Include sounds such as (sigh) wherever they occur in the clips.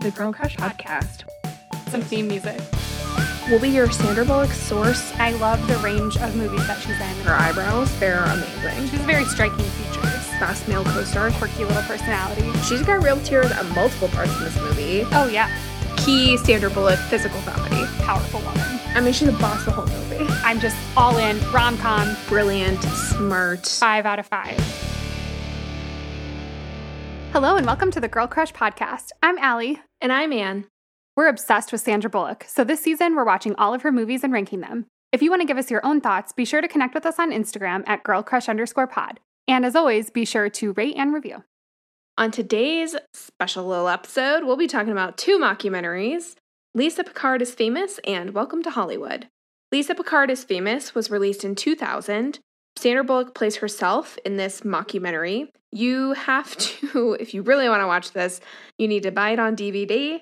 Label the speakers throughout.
Speaker 1: the Grown Crush podcast.
Speaker 2: Some theme music.
Speaker 1: We'll be your Sandra Bullock source.
Speaker 2: I love the range of movies that she's in.
Speaker 1: Her eyebrows, they're amazing.
Speaker 2: She has very striking features,
Speaker 1: Fast male co-star.
Speaker 2: quirky little personality.
Speaker 1: She's got real tears at multiple parts in this movie.
Speaker 2: Oh, yeah,
Speaker 1: Key Sandra Bullock physical comedy.
Speaker 2: powerful woman.
Speaker 1: I mean, she's a boss the whole movie.
Speaker 2: I'm just all in rom com,
Speaker 1: Brilliant, smart.
Speaker 2: five out of five. Hello, and welcome to the Girl Crush podcast. I'm Allie.
Speaker 1: And I'm Anne.
Speaker 2: We're obsessed with Sandra Bullock, so this season we're watching all of her movies and ranking them. If you want to give us your own thoughts, be sure to connect with us on Instagram at girlcrush underscore pod. And as always, be sure to rate and review.
Speaker 1: On today's special little episode, we'll be talking about two mockumentaries Lisa Picard is Famous and Welcome to Hollywood. Lisa Picard is Famous was released in 2000. Sandra Bullock plays herself in this mockumentary. You have (laughs) to, if you really want to watch this, you need to buy it on DVD.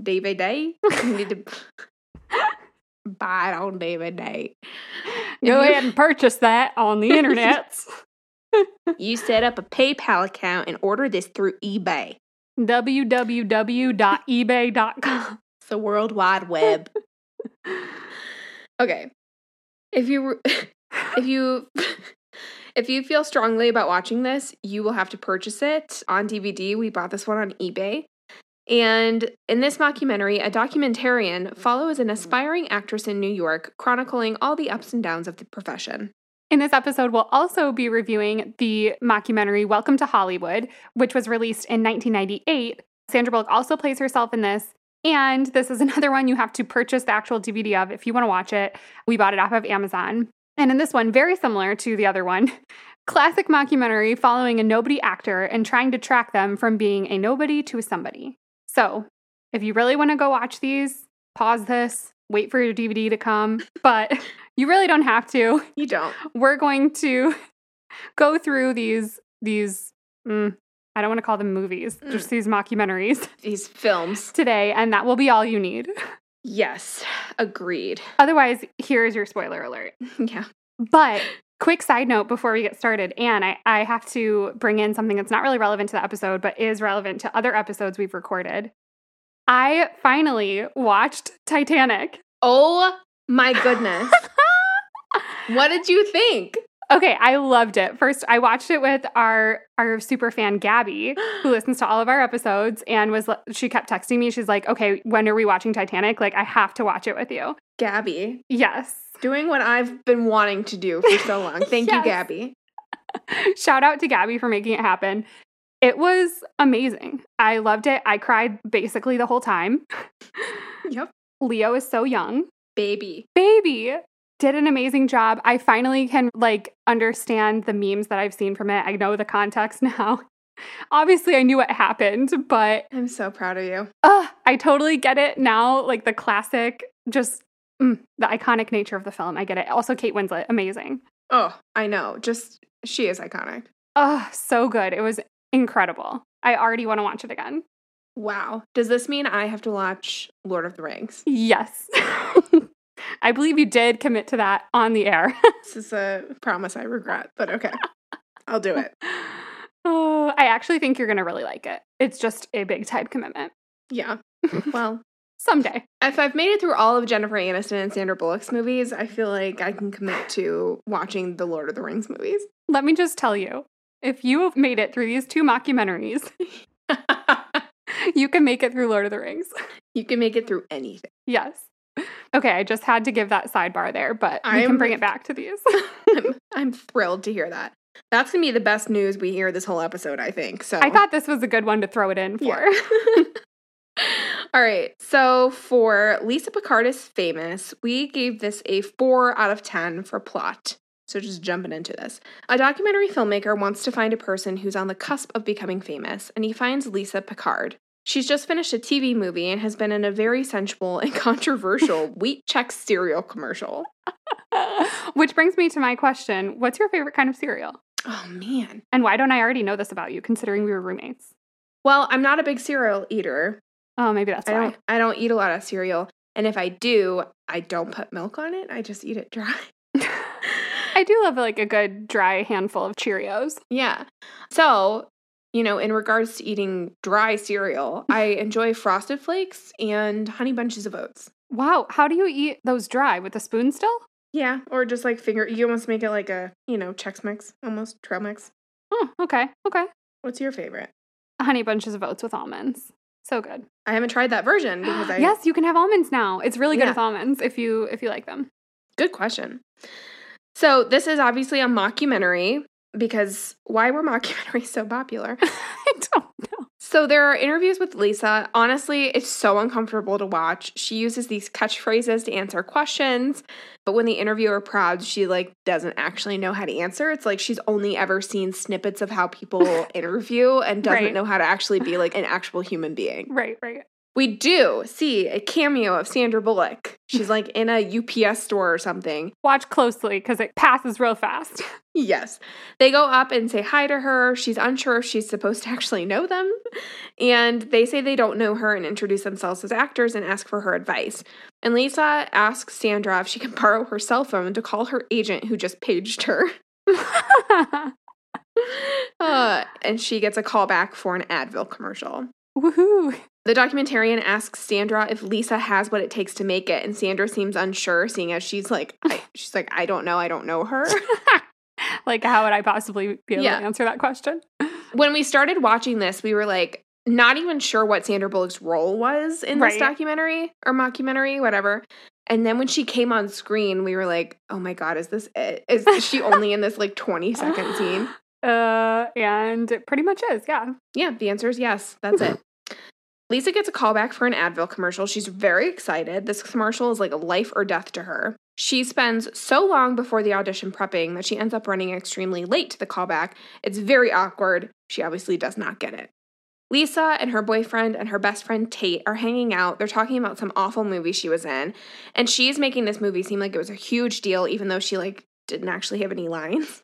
Speaker 1: DVD? You need
Speaker 2: (laughs)
Speaker 1: to buy it on DVD. Mm-hmm.
Speaker 2: Go ahead and purchase that on the internet.
Speaker 1: (laughs) You set up a PayPal account and order this through eBay.
Speaker 2: e www.ebay.com.
Speaker 1: It's the World Wide Web. okay, if you were- (laughs) if you (laughs) if you feel strongly about watching this, you will have to purchase it on DVD. We bought this one on eBay. And in this mockumentary, a documentarian follows an aspiring actress in New York, chronicling all the ups and downs of the profession.
Speaker 2: In this episode, we'll also be reviewing the mockumentary Welcome to Hollywood, which was released in 1998. Sandra Bullock also plays herself in this. And this is (laughs) another one you have to purchase the actual DVD of if you want to watch it. We bought it off of Amazon. And in this one, very similar to the other one, (laughs) classic mockumentary following a nobody actor and trying to track them from being a nobody to a somebody. So if you really want to go watch these, pause this, wait for your DVD to come. But (laughs) you really don't have to
Speaker 1: You don't.
Speaker 2: we're going to (laughs) go through these these mm, I don't want to call them movies, just these mockumentaries (laughs)
Speaker 1: These films.
Speaker 2: today, and that will be all you need.
Speaker 1: Yes, agreed. (laughs)
Speaker 2: Otherwise, here is your spoiler alert.
Speaker 1: Yeah.
Speaker 2: But quick side note before we get started, Anne, I, I have to bring in something that's not really relevant to the episode, but is relevant to other episodes we've recorded. I finally watched Titanic.
Speaker 1: Oh my goodness. what did you think?
Speaker 2: Okay, I loved it. First, I watched it with our our super fan Gabby, who listens to all of our episodes, and was she kept texting me. She's like, "Okay, when are we watching Titanic? Like, I have to watch it with you."
Speaker 1: Gabby,
Speaker 2: Yes. (laughs)
Speaker 1: doing what I've been wanting to do for so long. Thank
Speaker 2: Yes.
Speaker 1: you, Gabby.
Speaker 2: Shout out to Gabby for making it happen. It was amazing. I loved it. I cried basically the whole time.
Speaker 1: Yep.
Speaker 2: (laughs) Leo is so young.
Speaker 1: Baby.
Speaker 2: baby did an amazing job. I finally can like understand the memes that I've seen from it. I know the context (laughs) now. Obviously, I knew what happened, but
Speaker 1: I'm so proud of you.
Speaker 2: uh, I totally get it now. Like the classic, just mm, the iconic nature of the film. I get it. Also, Kate Winslet, amazing.
Speaker 1: Oh, I know. Just she is iconic.
Speaker 2: Oh, so good. It was incredible. I already want to watch it again.
Speaker 1: Wow. Does this mean I have to watch Lord of the
Speaker 2: (laughs)
Speaker 1: Rings?
Speaker 2: Yes. I believe you did commit to that on the air. (laughs)
Speaker 1: This is a promise I regret, but okay. I'll do it.
Speaker 2: Oh, I actually think you're going to really like it. It's just a big time commitment.
Speaker 1: Yeah. Well,
Speaker 2: Someday.
Speaker 1: if I've made it through all of Jennifer Aniston and Sandra Bullock's movies, I feel like I can commit to watching the Lord of the Rings movies.
Speaker 2: Let me just tell you if you have made it through these two mockumentaries, (laughs) you can make it through Lord of the Rings. (laughs)
Speaker 1: you can make it through anything.
Speaker 2: Yes. Okay, I just had to give that sidebar there, but we can
Speaker 1: I'm-
Speaker 2: bring it back
Speaker 1: (laughs)
Speaker 2: to these.
Speaker 1: I'm, I'm thrilled to hear that. That's gonna be the best news we hear this whole episode, I think. So
Speaker 2: I thought this was a good one to throw it in for.
Speaker 1: Yeah. All right. So for Lisa Picard is famous, we gave this a four out of 10 for plot. So just jumping into this. A documentary filmmaker wants to find a person who's on the cusp of becoming famous, and he finds Lisa Picard. She's just finished a TV movie and has been in a very sensual and (laughs) controversial wheat check cereal commercial.
Speaker 2: (laughs) Which brings me to my question What's your favorite kind of cereal?
Speaker 1: Oh, man.
Speaker 2: And why don't I already know this about you, considering we were roommates?
Speaker 1: Well, I'm not a big cereal eater.
Speaker 2: Oh, maybe that's
Speaker 1: I
Speaker 2: why.
Speaker 1: don't,
Speaker 2: (laughs)
Speaker 1: I don't eat a lot of cereal. And if I do, I don't put milk on it. I just eat it dry. (laughs)
Speaker 2: I do love like a good dry handful of Cheerios.
Speaker 1: Yeah. So you know, in regards to eating dry cereal, (laughs) I enjoy Frosted Flakes and Honey Bunches of Oats.
Speaker 2: Wow. How do you eat those dry? With a spoon still?
Speaker 1: Yeah, or just like finger. You almost make it like a you know Chex Mix, almost trail mix.
Speaker 2: Oh, okay. Okay.
Speaker 1: What's your favorite?
Speaker 2: Honey bunches of oats with almonds. So good.
Speaker 1: I haven't tried that version (gasps)
Speaker 2: (gasps)
Speaker 1: because I
Speaker 2: yes, you can have almonds now. It's really good
Speaker 1: Yeah.
Speaker 2: with almonds if you if you like them. (laughs)
Speaker 1: Good question. So this is obviously a mockumentary because why were mockumentaries (laughs) so popular?
Speaker 2: I don't know.
Speaker 1: So there are interviews with Lisa. Honestly, it's so uncomfortable to watch. She uses these catchphrases to answer questions, but when the interviewer prods, she like doesn't actually know how to answer. It's like she's only ever seen snippets of how people interview and doesn't
Speaker 2: Right.
Speaker 1: know how to actually be like an actual human being.
Speaker 2: Right, right.
Speaker 1: We do see a cameo of Sandra Bullock. She's like in a UPS store or something.
Speaker 2: Watch closely because it passes real fast. (laughs)
Speaker 1: Yes. They go up and say hi to her. She's unsure if she's supposed to actually know them. And they say they don't know her and introduce themselves as actors and ask for her advice. And Lisa asks Sandra if she can (laughs) borrow her cell phone to call her agent who just paged her. (laughs) Uh, and she gets a call back for an Advil commercial.
Speaker 2: Woohoo.
Speaker 1: The documentarian asks Sandra if Lisa has what it takes to make it, and Sandra seems unsure, seeing as she's like, I, she's like, I don't know, I don't know her. (laughs)
Speaker 2: Like how would I possibly be able
Speaker 1: Yeah.
Speaker 2: to answer that question?
Speaker 1: when we started watching this, we were like not even sure what Sandra Bullock's role was in this
Speaker 2: Right.
Speaker 1: documentary or mockumentary, whatever. And then when she came on screen, we were like, "Oh my god, is this it? Is she only in this like 20 second scene?"
Speaker 2: Uh and it pretty much is, yeah.
Speaker 1: Yeah, the answer is yes. That's it. Lisa gets a call back for an Advil commercial. She's very excited. This commercial is like life or death to her. She spends so long before the audition prepping that she ends up running extremely late to the callback. It's very awkward. She obviously does not get it. Lisa and her boyfriend and her best friend Tate are hanging out. They're talking about some awful movie she was in, and she's making this movie seem like it was a huge deal even though she like didn't actually have any lines.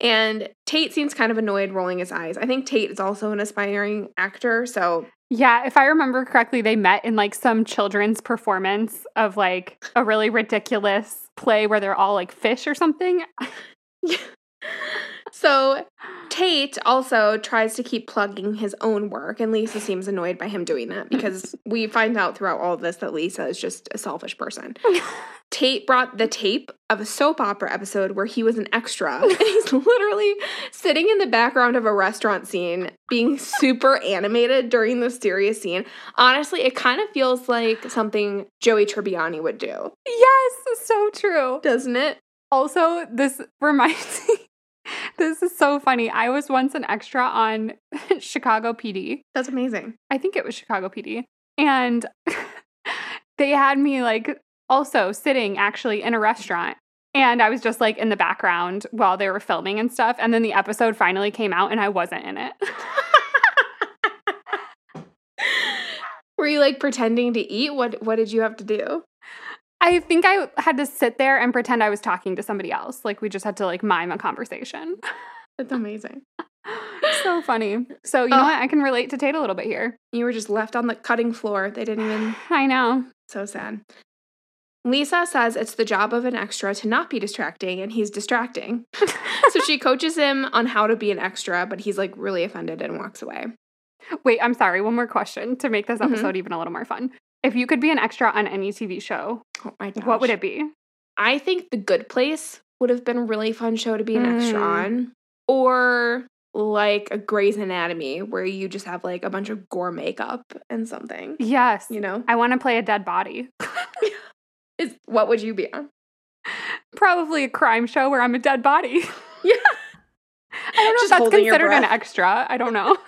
Speaker 1: and Tate seems kind of annoyed rolling his eyes. I think Tate is also an aspiring actor, so
Speaker 2: Yeah, if I remember correctly, they met in like some children's performance of like a really ridiculous play where they're all like fish or something.
Speaker 1: so Tate also tries to keep plugging his own work, and Lisa seems annoyed by him doing that (laughs) because we find out throughout all of this that Lisa is just a selfish (laughs) person. Tate brought the tape of a soap opera episode where he was an (laughs) extra, and he's literally sitting in the background of a restaurant scene, being super animated during the serious scene. Honestly, it kind of feels like something Joey Tribbiani would do,
Speaker 2: yes, so true.
Speaker 1: doesn't it?
Speaker 2: Also, this (laughs) reminds me this is so funny. I was once an extra on (laughs) Chicago PD.
Speaker 1: That's amazing.
Speaker 2: I think it was Chicago PD. And (laughs) they had me like also sitting actually in a restaurant. And I was just like in the background while they were filming and stuff. And then the episode finally came out and I wasn't in it. (laughs)
Speaker 1: Were you like pretending to eat? What What did you have to do?
Speaker 2: I think I had to sit there and pretend I was talking to somebody else. Like we just had to like mime a conversation. (laughs)
Speaker 1: That's amazing.
Speaker 2: so funny. So you know
Speaker 1: Ugh.
Speaker 2: what? I can relate to Tate a little bit here.
Speaker 1: You were just left on the cutting floor. They didn't (sighs) even
Speaker 2: I know.
Speaker 1: So sad. Lisa says it's the job of an extra to not be distracting, and he's distracting. so (laughs) she coaches him on how to be an extra, but he's like really offended and walks away.
Speaker 2: (laughs) Wait, I'm sorry. One more question to make this
Speaker 1: Mhm.
Speaker 2: episode even a little more fun. If you could be an extra on any TV show,
Speaker 1: Oh my gosh.
Speaker 2: what would it be?
Speaker 1: I think The Good Place would have been a really fun show to be an extra
Speaker 2: Mm.
Speaker 1: on, or like a Grey's Anatomy where you just have like a bunch of gore makeup and something.
Speaker 2: Yes.
Speaker 1: You know,
Speaker 2: I want to play a dead body. (laughs)
Speaker 1: is what would you be on?
Speaker 2: Probably a crime show where I'm a
Speaker 1: (laughs)
Speaker 2: dead body. (laughs)
Speaker 1: Yeah.
Speaker 2: I don't know
Speaker 1: Just
Speaker 2: if that's
Speaker 1: holding your
Speaker 2: considered an
Speaker 1: breath.
Speaker 2: extra. I don't know. (laughs)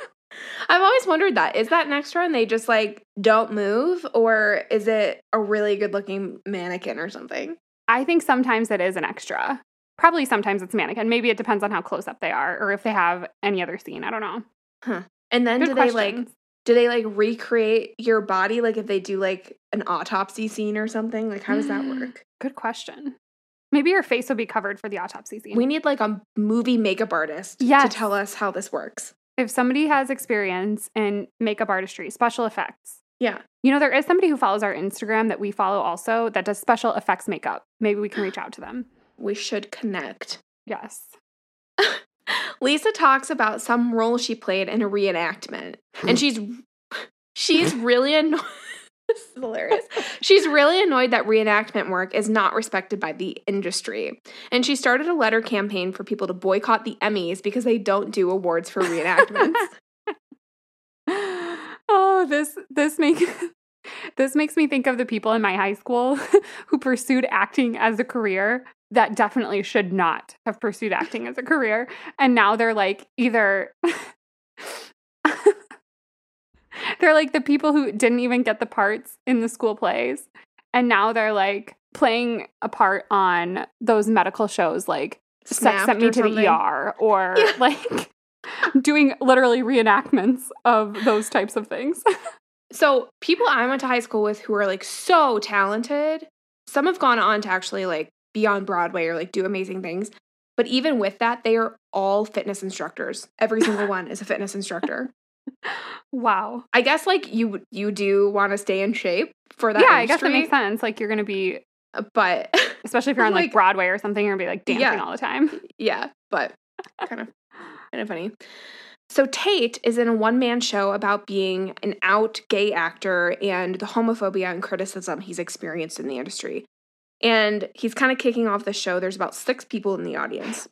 Speaker 1: I've always wondered that. Is that an extra and they just like don't move, or is it a really good looking mannequin or something?
Speaker 2: I think sometimes it is an extra. Probably sometimes it's mannequin. Maybe it depends on how close up they are or if they have any other scene. I don't know.
Speaker 1: And then
Speaker 2: Good
Speaker 1: do
Speaker 2: questions.
Speaker 1: they like do they like recreate your body like if they do like an autopsy scene or something? Like how does that
Speaker 2: Mm-hmm.
Speaker 1: work?
Speaker 2: Good question. Maybe your face will be covered for the autopsy scene.
Speaker 1: We need like a movie makeup artist to
Speaker 2: Yes.
Speaker 1: tell us how this works.
Speaker 2: if somebody has experience in makeup artistry, special effects,
Speaker 1: Yeah.
Speaker 2: you know, there is somebody who follows our Instagram that we follow also that does special effects makeup. Maybe we can reach out to them.
Speaker 1: We should connect.
Speaker 2: Yes.
Speaker 1: Lisa talks about some role she played in a reenactment, and she's she's really annoyed. (laughs) this is hilarious. She's really annoyed that reenactment work is not respected by the industry, and she started a letter campaign for people to boycott the Emmys because they don't do awards for reenactments.
Speaker 2: (gasps) oh, this this make this makes me think of the people in my high school (laughs) who pursued acting as a career that definitely should not have pursued acting as a career and now they're like either (laughs) they're like the people who didn't even get the parts in the school plays and now they're like playing a part on those medical shows like
Speaker 1: Snapped
Speaker 2: Sex sent me
Speaker 1: or
Speaker 2: to
Speaker 1: something.
Speaker 2: the ER or
Speaker 1: Yeah.
Speaker 2: (laughs) like doing literally reenactments of those types of things. (laughs)
Speaker 1: So people I went to high school with who are like so talented, some have gone on to actually like be on Broadway or like do amazing things. But even with that, they are all fitness instructors. Every single one is a fitness instructor.
Speaker 2: Wow.
Speaker 1: I guess like you you do want to stay in shape for that.
Speaker 2: yeah, I guess that
Speaker 1: industry,
Speaker 2: makes sense. Like you're gonna be
Speaker 1: But (laughs)
Speaker 2: especially if you're on like,
Speaker 1: Like-
Speaker 2: Broadway or something, you're gonna be like dancing
Speaker 1: Yeah.
Speaker 2: all the time. (laughs)
Speaker 1: yeah, but kind of kind of funny. So Tate is in a one man show about being an out gay actor and the homophobia and criticism he's experienced in the industry. And he's kind of kicking off the show. There's about six people in the audience.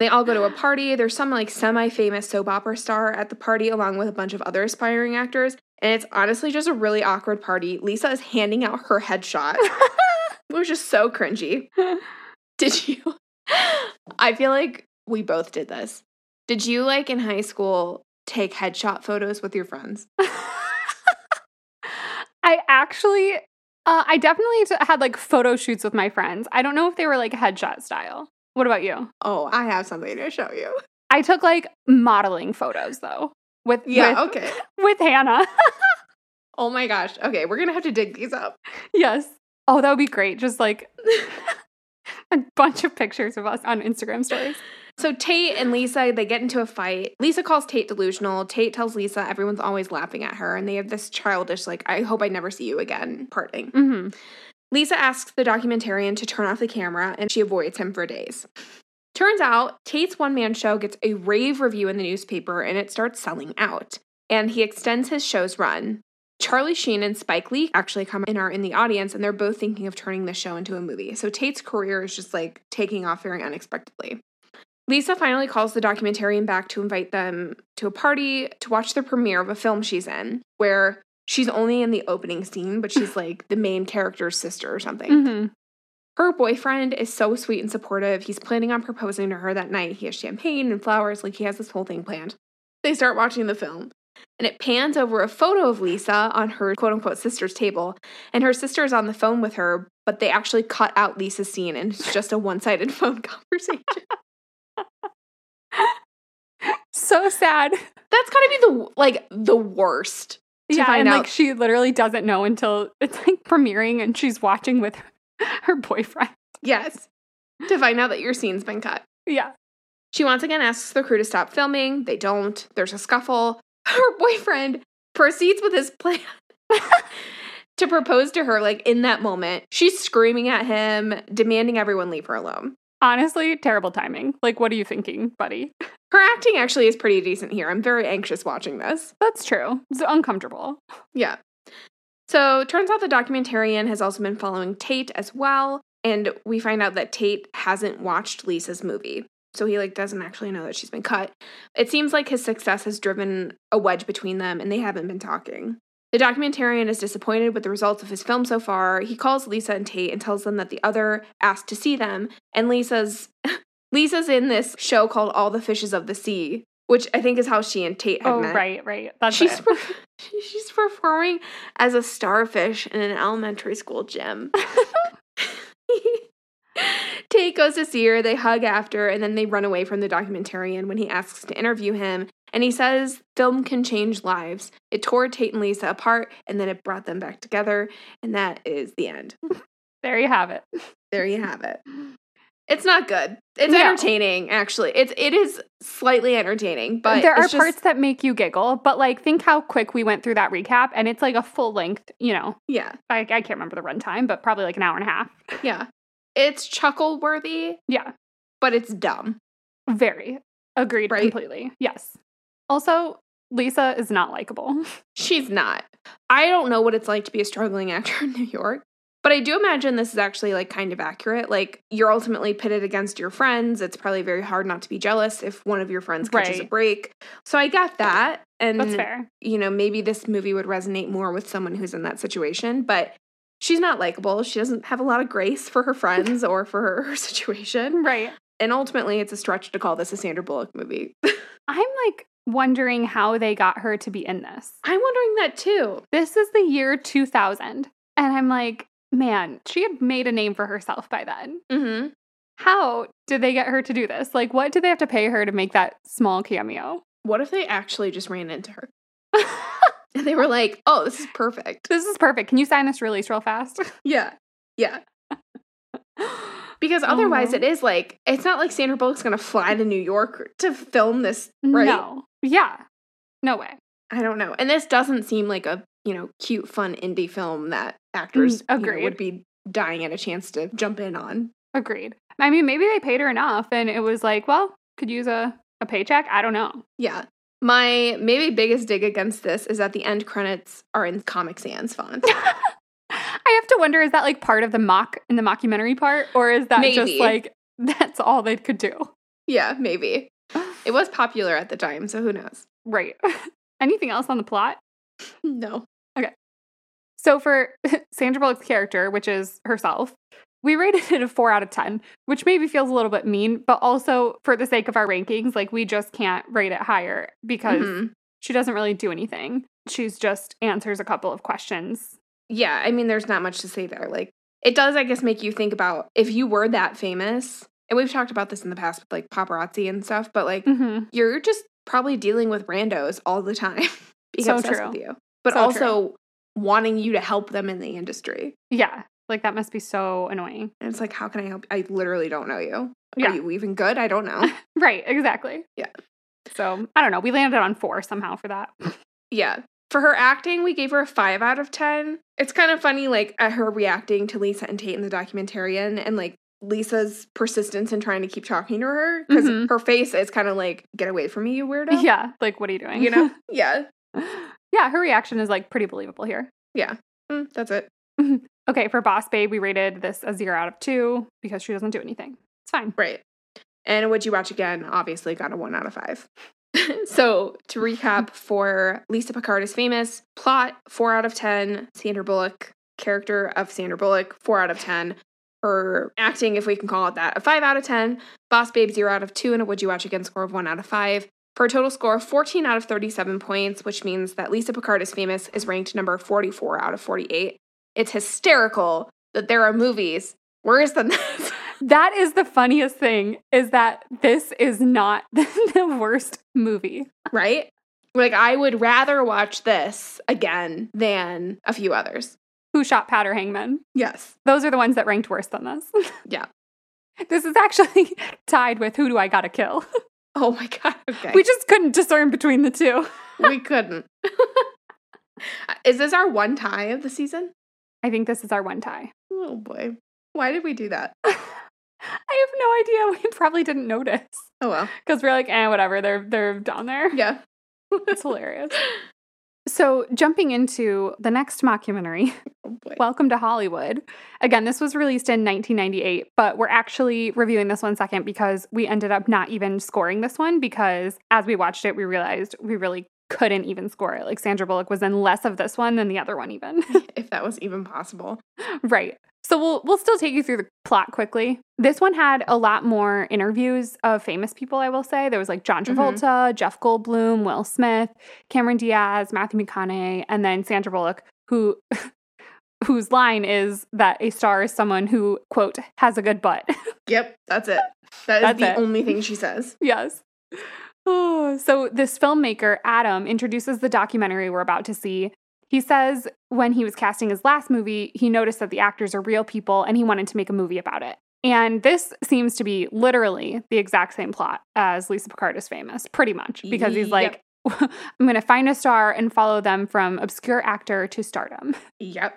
Speaker 1: They all go to a party. There's some like semi famous soap opera star at the party, along with a bunch of other aspiring actors. And it's honestly just a really awkward party. Lisa is handing out her headshot, which was just so cringy. Did you? I feel like we both did this. Did you like in high school take headshot photos with your friends?
Speaker 2: I actually uh, I definitely t- had like photo shoots with my friends. I don't know if they were like headshot style. What about you?
Speaker 1: Oh, I have something to show you.
Speaker 2: I took like modeling photos though with
Speaker 1: Yeah,
Speaker 2: with,
Speaker 1: okay.
Speaker 2: with Hannah.
Speaker 1: (laughs)
Speaker 2: (laughs)
Speaker 1: Oh my gosh. Okay, we're going to have to dig these up.
Speaker 2: Yes. Oh, that would be great.
Speaker 1: (laughs)
Speaker 2: Just like a bunch of pictures of us on Instagram stories.
Speaker 1: So Tate and Lisa, they get into a fight. Lisa calls Tate delusional. Tate tells Lisa everyone's always laughing at her and they have this childish like I hope I never see you again parting.
Speaker 2: Mm-hmm.
Speaker 1: Lisa asks the documentarian to turn off the camera and she avoids him for days. Turns out, Tate's one man show gets a rave review in the newspaper and it starts selling out. And he extends his show's run. Charlie Sheen and Spike Lee actually come and are in the audience and they're both thinking of turning the show into a movie. So Tate's career is just like taking off very unexpectedly. Lisa finally calls the documentarian back to invite them to a party to watch the premiere of a film she's in, where she's only in the opening scene, but she's like the main character's sister or something.
Speaker 2: Mm-hmm.
Speaker 1: Her boyfriend is so sweet and supportive. He's planning on proposing to her that night. He has champagne and flowers, like he has this whole thing planned. They start watching the film, and it pans over a photo of Lisa on her quote unquote sister's table, and her sister is on the phone with her, but they actually cut out Lisa's scene and it's just a one sided (laughs) phone conversation.
Speaker 2: So sad.
Speaker 1: That's gotta be the like the worst. To
Speaker 2: yeah,
Speaker 1: find
Speaker 2: and
Speaker 1: out-
Speaker 2: like she literally doesn't know until it's like premiering and she's watching with (laughs) her boyfriend.
Speaker 1: Yes. To find out that your scene's been cut.
Speaker 2: Yeah.
Speaker 1: She once again asks the crew to stop filming. They don't. There's a scuffle. (laughs) Her boyfriend proceeds with his plan (laughs) to propose to her, like in that moment. She's screaming at him, demanding everyone leave her alone.
Speaker 2: Honestly, terrible timing. Like, what are you thinking, buddy?
Speaker 1: Her acting actually is pretty decent here. I'm very anxious watching this.
Speaker 2: That's true. It's uncomfortable.
Speaker 1: Yeah. So turns out the documentarian has also been following Tate as well, and we find out that Tate hasn't watched Lisa's movie. So he like doesn't actually know that she's been cut. It seems like his success has driven a wedge between them and they haven't been talking. The documentarian is disappointed with the results of his film so far. He calls Lisa and Tate and tells them that the other asked to see them, and Lisa's (laughs) Lisa's in this show called All the Fishes of the Sea, which I think is how she and Tate had
Speaker 2: Oh,
Speaker 1: met
Speaker 2: right, right. That's
Speaker 1: she's
Speaker 2: it.
Speaker 1: perf- she's performing as a starfish in an elementary school gym. (laughs) Tate goes to see her, they hug after, and then they run away from the documentarian when he asks to interview him. And he says film can change lives. It tore Tate and Lisa apart, and then it brought them back together. And that is the end.
Speaker 2: There you have it.
Speaker 1: There you have it. It's not good. It's
Speaker 2: No.
Speaker 1: entertaining, actually. It's it is slightly entertaining, but
Speaker 2: there are
Speaker 1: it's just-
Speaker 2: parts that make you giggle, but like think how quick we went through that recap and it's like a full length, you know,
Speaker 1: Yeah,
Speaker 2: I, I can't remember the runtime, but probably like an hour and a half.
Speaker 1: yeah. It's chuckle worthy,
Speaker 2: Yeah,
Speaker 1: but it's dumb.
Speaker 2: very. Agreed
Speaker 1: Right.
Speaker 2: completely. Yes. Also, Lisa is not likable.
Speaker 1: She's not. I don't know what it's like to be a struggling (laughs) actor in New York, but I do imagine this is actually like kind of accurate. Like you're ultimately pitted against your friends. It's probably very hard not to be jealous if one of your friends catches
Speaker 2: Right.
Speaker 1: a break. So I got that. And
Speaker 2: That's fair.
Speaker 1: you know, maybe this movie would resonate more with someone who's in that situation, but she's not likable. She doesn't have a lot of grace for her friends or for her, her situation.
Speaker 2: Right.
Speaker 1: And ultimately, it's a stretch to call this a Sandra Bullock movie. (laughs)
Speaker 2: I'm like wondering how they got her to be in this.
Speaker 1: I'm wondering that too.
Speaker 2: This is the year 2000. And I'm like, man, she had made a name for herself by then.
Speaker 1: Mm-hmm.
Speaker 2: How did they get her to do this? Like, what did they have to pay her to make that small cameo?
Speaker 1: What if they actually just ran into (laughs) her? And they were like, oh, this is perfect.
Speaker 2: this is perfect. Can you sign this release real fast? (laughs)
Speaker 1: Yeah. Yeah.
Speaker 2: no.
Speaker 1: Because
Speaker 2: Oh,
Speaker 1: otherwise,
Speaker 2: no.
Speaker 1: it is like, it's not like Sandra Bullock's going to fly to New York to film this, right?
Speaker 2: Yeah. No way.
Speaker 1: I don't know. And this doesn't seem like a, you know, cute, fun indie film that actors
Speaker 2: Mm,
Speaker 1: you know,
Speaker 2: agreed.
Speaker 1: would be dying at a chance to jump in on.
Speaker 2: Agreed. I mean, maybe they paid her enough and it was like, well, could use a, a paycheck. I don't know.
Speaker 1: Yeah. My maybe biggest dig against this is that the end credits are in Comic Sans font.
Speaker 2: I have to wonder is that like part of the mock in the mockumentary part or is that just
Speaker 1: Maybe.
Speaker 2: like (laughs) that's all they could do?
Speaker 1: (laughs) yeah, maybe. It was popular at the time, so who knows?
Speaker 2: Right. (laughs) Anything else on the plot?
Speaker 1: No.
Speaker 2: So for (laughs) Sandra Bullock's character, which is herself, we rated it a 4 out of 10, which maybe feels a little bit mean, but also for the sake of our rankings, like we just can't rate it higher because
Speaker 1: Mhm.
Speaker 2: she doesn't really do anything. She's just answers a couple of questions.
Speaker 1: Yeah, I mean, there's not much to say there. Like, it does, I guess, make you think about if you were that famous, and we've talked about this in the past with like paparazzi and stuff, but like,
Speaker 2: Mm-hmm.
Speaker 1: you're just probably dealing with randos all the time (laughs) being
Speaker 2: So
Speaker 1: obsessed
Speaker 2: true.
Speaker 1: with you, but
Speaker 2: So
Speaker 1: also wanting you to help them in the industry.
Speaker 2: Yeah. Like that must be so annoying.
Speaker 1: And it's like, how can I help? I literally don't know you.
Speaker 2: Yeah.
Speaker 1: Are you even good? I don't know.
Speaker 2: Right, exactly.
Speaker 1: Yeah.
Speaker 2: So I don't know. We landed on four somehow for (laughs) that.
Speaker 1: yeah. For her acting, we gave her a five out of ten. It's kind of funny, like at her reacting to Lisa and Tate in the documentarian, and like Lisa's persistence in trying to keep talking to her because
Speaker 2: Mhm.
Speaker 1: her face is kind of like, "Get away from me, you weirdo."
Speaker 2: Yeah. Like, what are you doing?
Speaker 1: you know. yeah,
Speaker 2: (laughs) yeah, her reaction is like pretty believable here.
Speaker 1: Mm, that's it.
Speaker 2: Okay, for Boss Babe, we rated this a zero out of two because she doesn't do anything. It's fine.
Speaker 1: Right. And would you watch again? Obviously, got a one out of five. so to recap, for Lisa Picard is famous. Plot four out of ten. Sandra Bullock character of Sandra Bullock four out of ten. Her acting, if we can call it that, a five out of ten. Boss Babe zero out of two, and a Would You Watch Again score of one out of five. For a total score of 14 out of 37 points, which means that Lisa Picard is famous is ranked number 44 out of 48. It's hysterical that there are movies worse than (laughs) this.
Speaker 2: (laughs) That is the funniest thing is that this is not (laughs) the worst movie.
Speaker 1: right? Like I would rather watch this again than a few others.
Speaker 2: Who shot Powder Hangman?
Speaker 1: Yes.
Speaker 2: Those are the ones that ranked worse than this. (laughs)
Speaker 1: Yeah.
Speaker 2: This is actually (laughs) tied with Who Do I Gotta Kill?
Speaker 1: Oh my god. (laughs) Okay.
Speaker 2: We just couldn't discern between the two.
Speaker 1: (laughs) we couldn't. Is this our one tie of the season?
Speaker 2: I think this is our one tie.
Speaker 1: Oh boy. Why did we do that?
Speaker 2: I have no idea. (laughs) We probably didn't notice
Speaker 1: Oh well.
Speaker 2: because we're like, eh, whatever. They're they're down there.
Speaker 1: (laughs)
Speaker 2: (laughs)
Speaker 1: Yeah.
Speaker 2: It's hilarious. So jumping into the next (laughs) mockumentary,
Speaker 1: Oh boy.
Speaker 2: Welcome to Hollywood. Again, this was released in 1998, but we're actually reviewing this one second because we ended up not even scoring this one because as we watched it, we realized we really couldn't even score it. Like Sandra Bullock was in less of this one than the other one, even. (laughs)
Speaker 1: if that was even possible.
Speaker 2: Right. So we'll we'll still take you through the plot quickly. This one had a lot more interviews of famous people, I will say. There was like John
Speaker 1: Mhm.
Speaker 2: Travolta, Jeff Goldblum, Will Smith, Cameron Diaz, Matthew McConaughey, and then Sandra Bullock, who (laughs) whose line is that a star is someone who, quote, has a good butt.
Speaker 1: Yep, that's it. That is
Speaker 2: That's
Speaker 1: the
Speaker 2: it.
Speaker 1: only thing (laughs) she says.
Speaker 2: yes. Oh, so this filmmaker, Adam, introduces the documentary we're about to see. He says when he was casting his last movie, he noticed that the actors are real people and he wanted to make a movie about it. And this seems to be literally the exact same plot as Lisa Picard is famous, pretty much, because he's
Speaker 1: Yep.
Speaker 2: like, I'm going to find a star and follow them from obscure actor to stardom.
Speaker 1: Yep.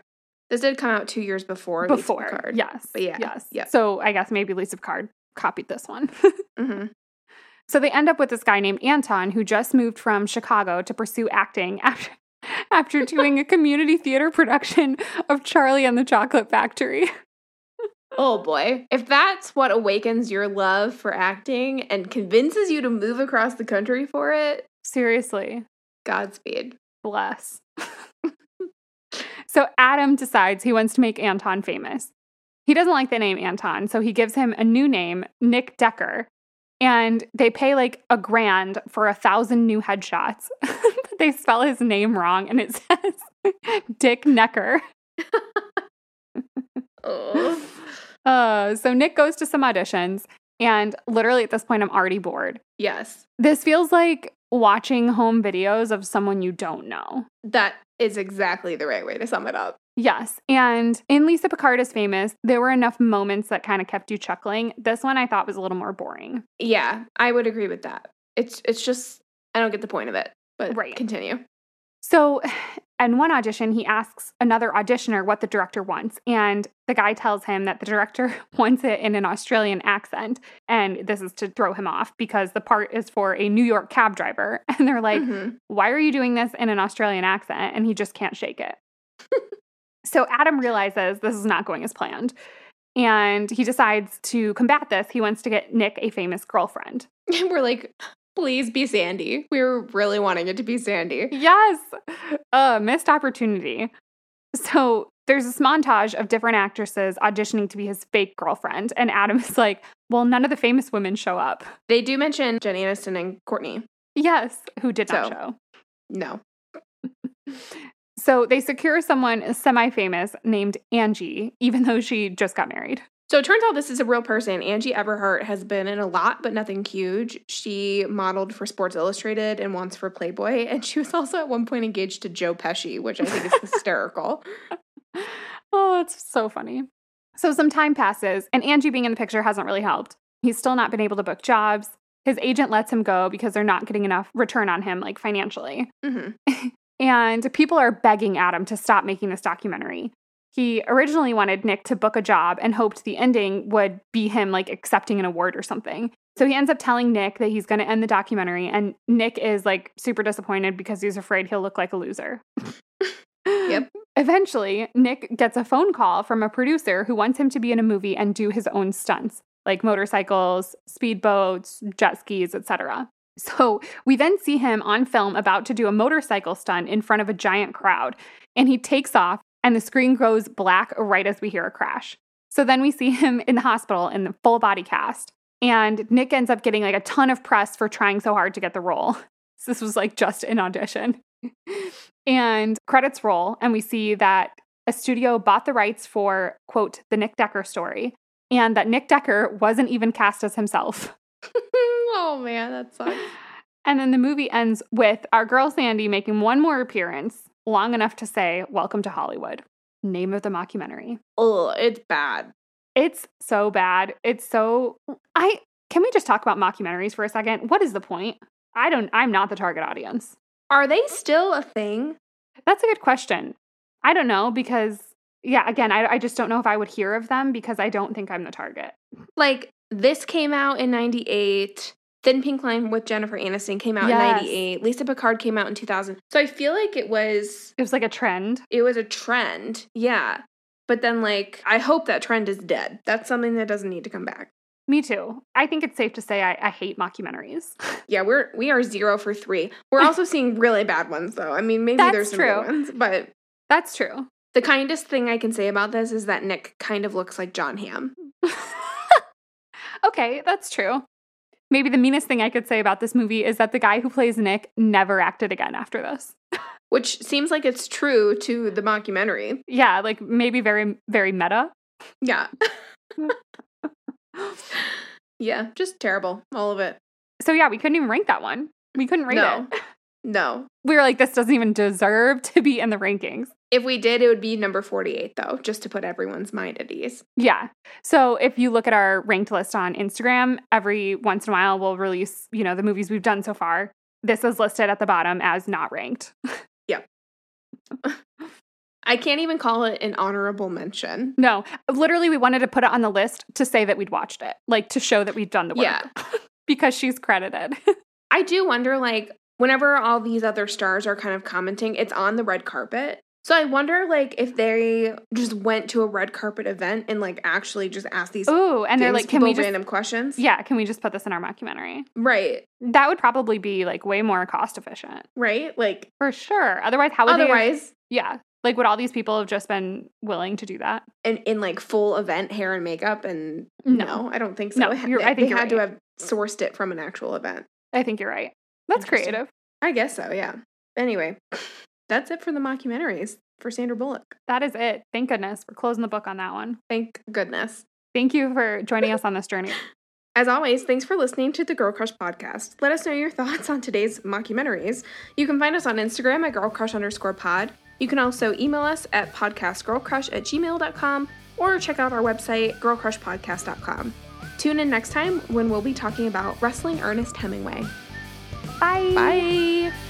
Speaker 1: This did come out 2 years before Lisa
Speaker 2: Before.
Speaker 1: Picard.
Speaker 2: Yes.
Speaker 1: But yeah,
Speaker 2: Yes.
Speaker 1: yeah.
Speaker 2: So I guess maybe Lisa Picard copied this one.
Speaker 1: Mhm.
Speaker 2: So they end up with this guy named Anton who just moved from Chicago to pursue acting (laughs) after, after doing a community theater production of Charlie and the Chocolate Factory. (laughs)
Speaker 1: Oh boy. If that's what awakens your love for acting and convinces you to move across the country for it,
Speaker 2: Seriously,
Speaker 1: Godspeed.
Speaker 2: bless. (laughs) so Adam decides he wants to make Anton famous. He doesn't like the name Anton, so he gives him a new name, Nick Decker. And they pay like a grand for a thousand new headshots. (laughs) but they spell his name wrong and it says (laughs) Dick Necker.
Speaker 1: Oh.
Speaker 2: Uh, so Nick goes to some auditions, and literally at this point, I'm already bored.
Speaker 1: (laughs) yes.
Speaker 2: This feels like watching home videos of someone you don't know.
Speaker 1: That is exactly the right way to sum it up.
Speaker 2: Yes. And in Lisa Picard is famous, there were enough moments that kind of kept you chuckling. This one I thought was a little more boring.
Speaker 1: Yeah, I would agree with that. It's it's just I don't get the point of it. But
Speaker 2: Right.
Speaker 1: continue.
Speaker 2: So, (sighs) in one audition, he asks another auditioner what the director wants. And the guy tells him that the director (laughs) wants it in an Australian accent. And this is to throw him off because the part is for a New York cab driver. (laughs) And they're like,
Speaker 1: Mhm.
Speaker 2: why are you doing this in an Australian accent? And he just can't shake it. (laughs) so Adam realizes this is not going as planned. And he decides to combat this. He wants to get Nick a famous girlfriend.
Speaker 1: (laughs) we're like, please be Sandy. We were really wanting it to be Sandy.
Speaker 2: Yes, a missed opportunity. So there's this montage of different actresses auditioning to be his fake girlfriend. And Adam is like, well, none of the famous women show up.
Speaker 1: They do mention Jenny Aniston and Courtney.
Speaker 2: Yes, who did not
Speaker 1: So-
Speaker 2: show.
Speaker 1: No.
Speaker 2: So they secure someone semi famous named Angie, even though she just got married.
Speaker 1: So it turns out this is a real person. Angie Everhart has been in a lot, but nothing huge. She modeled for Sports Illustrated and once for Playboy, and she was also at one point engaged to Joe Pesci, which I think (laughs) is hysterical.
Speaker 2: Oh, it's so funny. So some time passes, and Angie being in the picture hasn't really helped. He's still not been able to book jobs. His agent lets him go because they're not getting enough return on him, like financially.
Speaker 1: Mhm.
Speaker 2: And people are begging Adam to stop making this documentary. He originally wanted Nick to book a job and hoped the ending would be him like accepting an award or something. So he ends up telling Nick that he's going to end the documentary, and Nick is like super disappointed because he's afraid he'll look like a loser.
Speaker 1: Yep.
Speaker 2: (laughs) Eventually, Nick gets a phone call from a producer who wants him to be in a movie and do his own stunts, like motorcycles, speedboats, jet skis, etc. So we then see him on film about to do a motorcycle stunt in front of a giant crowd, and he takes off, and the screen goes black right as we hear a crash. So then we see him in the hospital in the full body cast, and Nick ends up getting like a ton of press for trying so hard to get the role. (laughs) So this was like just an audition. (laughs) and credits roll, and we see that a studio bought the rights for, quote, the Nick Decker story, and that Nick Decker wasn't even cast as himself.
Speaker 1: (laughs) oh man, that sucks.
Speaker 2: And then the movie ends with our girl Sandy making one more appearance long enough to say, Welcome to Hollywood, name of the mockumentary.
Speaker 1: Oh, it's bad.
Speaker 2: It's so bad. It's so. I. Can we just talk about mockumentaries for a second? What is the point? I don't. I'm not the target audience.
Speaker 1: Are they still a thing?
Speaker 2: That's a good question. I don't know because, yeah, again, I, I just don't know if I would hear of them because I don't think I'm the target.
Speaker 1: Like this came out in 98. Thin Pink Line with Jennifer Aniston came out
Speaker 2: Yes.
Speaker 1: in 98. Lisa Picard came out in 2000. So I feel like it was
Speaker 2: It was like a trend.
Speaker 1: it was a trend. Yeah. But then like I hope that trend is dead. That's something that doesn't need to come back.
Speaker 2: Me too. I think it's safe to say I, I hate mockumentaries.
Speaker 1: Yeah, we're we are 0 for 3. We're
Speaker 2: (laughs)
Speaker 1: also seeing really bad ones though. I mean, maybe
Speaker 2: That's
Speaker 1: there's some
Speaker 2: true.
Speaker 1: good ones, but
Speaker 2: That's true.
Speaker 1: the kindest thing I can say about this is that Nick kind of looks like John Hamm.
Speaker 2: (laughs) okay, that's true. Maybe the meanest thing I could say about this movie is that the guy who plays Nick never acted again after this.
Speaker 1: Which seems like it's true to the mockumentary.
Speaker 2: Yeah, like maybe very, very meta. (laughs)
Speaker 1: Yeah. yeah, just terrible. All of it.
Speaker 2: So yeah, we couldn't even rank that one. We couldn't rate
Speaker 1: No.
Speaker 2: it.
Speaker 1: No.
Speaker 2: (laughs) We were like, this doesn't even deserve to be in the rankings.
Speaker 1: If we did, it would be number 48, though, just to put everyone's mind at ease.
Speaker 2: Yeah. So if you look at our ranked list on Instagram, every once in a while we'll release, you know, the movies we've done so far. This is listed at the bottom as not ranked.
Speaker 1: I can't even call it an honorable mention.
Speaker 2: No, literally, we wanted to put it on the list to say that we'd watched it, like to show that we'd done the work.
Speaker 1: Yeah.
Speaker 2: (laughs) because she's credited.
Speaker 1: I do wonder, like, whenever all these other stars are kind of commenting, it's on the red carpet. So I wonder, like, if they just went to a red carpet event and, like, actually just asked these
Speaker 2: Ooh, and they're
Speaker 1: famous
Speaker 2: like, can we
Speaker 1: people
Speaker 2: just
Speaker 1: random questions.
Speaker 2: Yeah, can we just put this in our mockumentary?
Speaker 1: Right.
Speaker 2: That would probably be like way more cost efficient
Speaker 1: Right. Like,
Speaker 2: for sure. Otherwise, how would they? have-
Speaker 1: otherwise,
Speaker 2: yeah, like would all these people have just been willing to do that?
Speaker 1: in, in like full event hair and makeup, and
Speaker 2: No.
Speaker 1: no, I don't think so.
Speaker 2: No,
Speaker 1: It-
Speaker 2: you're-
Speaker 1: (laughs)
Speaker 2: I
Speaker 1: they
Speaker 2: think you're
Speaker 1: had to have sourced it from an actual event.
Speaker 2: I think you're right. That's
Speaker 1: Interesting.
Speaker 2: creative.
Speaker 1: I guess so. Yeah. Anyway, (laughs) that's it for the mockumentaries for Sandra Bullock.
Speaker 2: That is it. Thank goodness we're closing the book on that one.
Speaker 1: Thank goodness.
Speaker 2: Thank you for joining us on this journey.
Speaker 1: As always, thanks for listening to the Girl Crush podcast. Let us know your thoughts on today's mockumentaries. You can find us on Instagram at Girl Crush underscore pod. You can also email us at podcastgirlcrush at gmail.com or check out our website, girlcrushpodcast.com. Tune in next time when we'll be talking about wrestling Ernest Hemingway.
Speaker 2: Bye. Bye.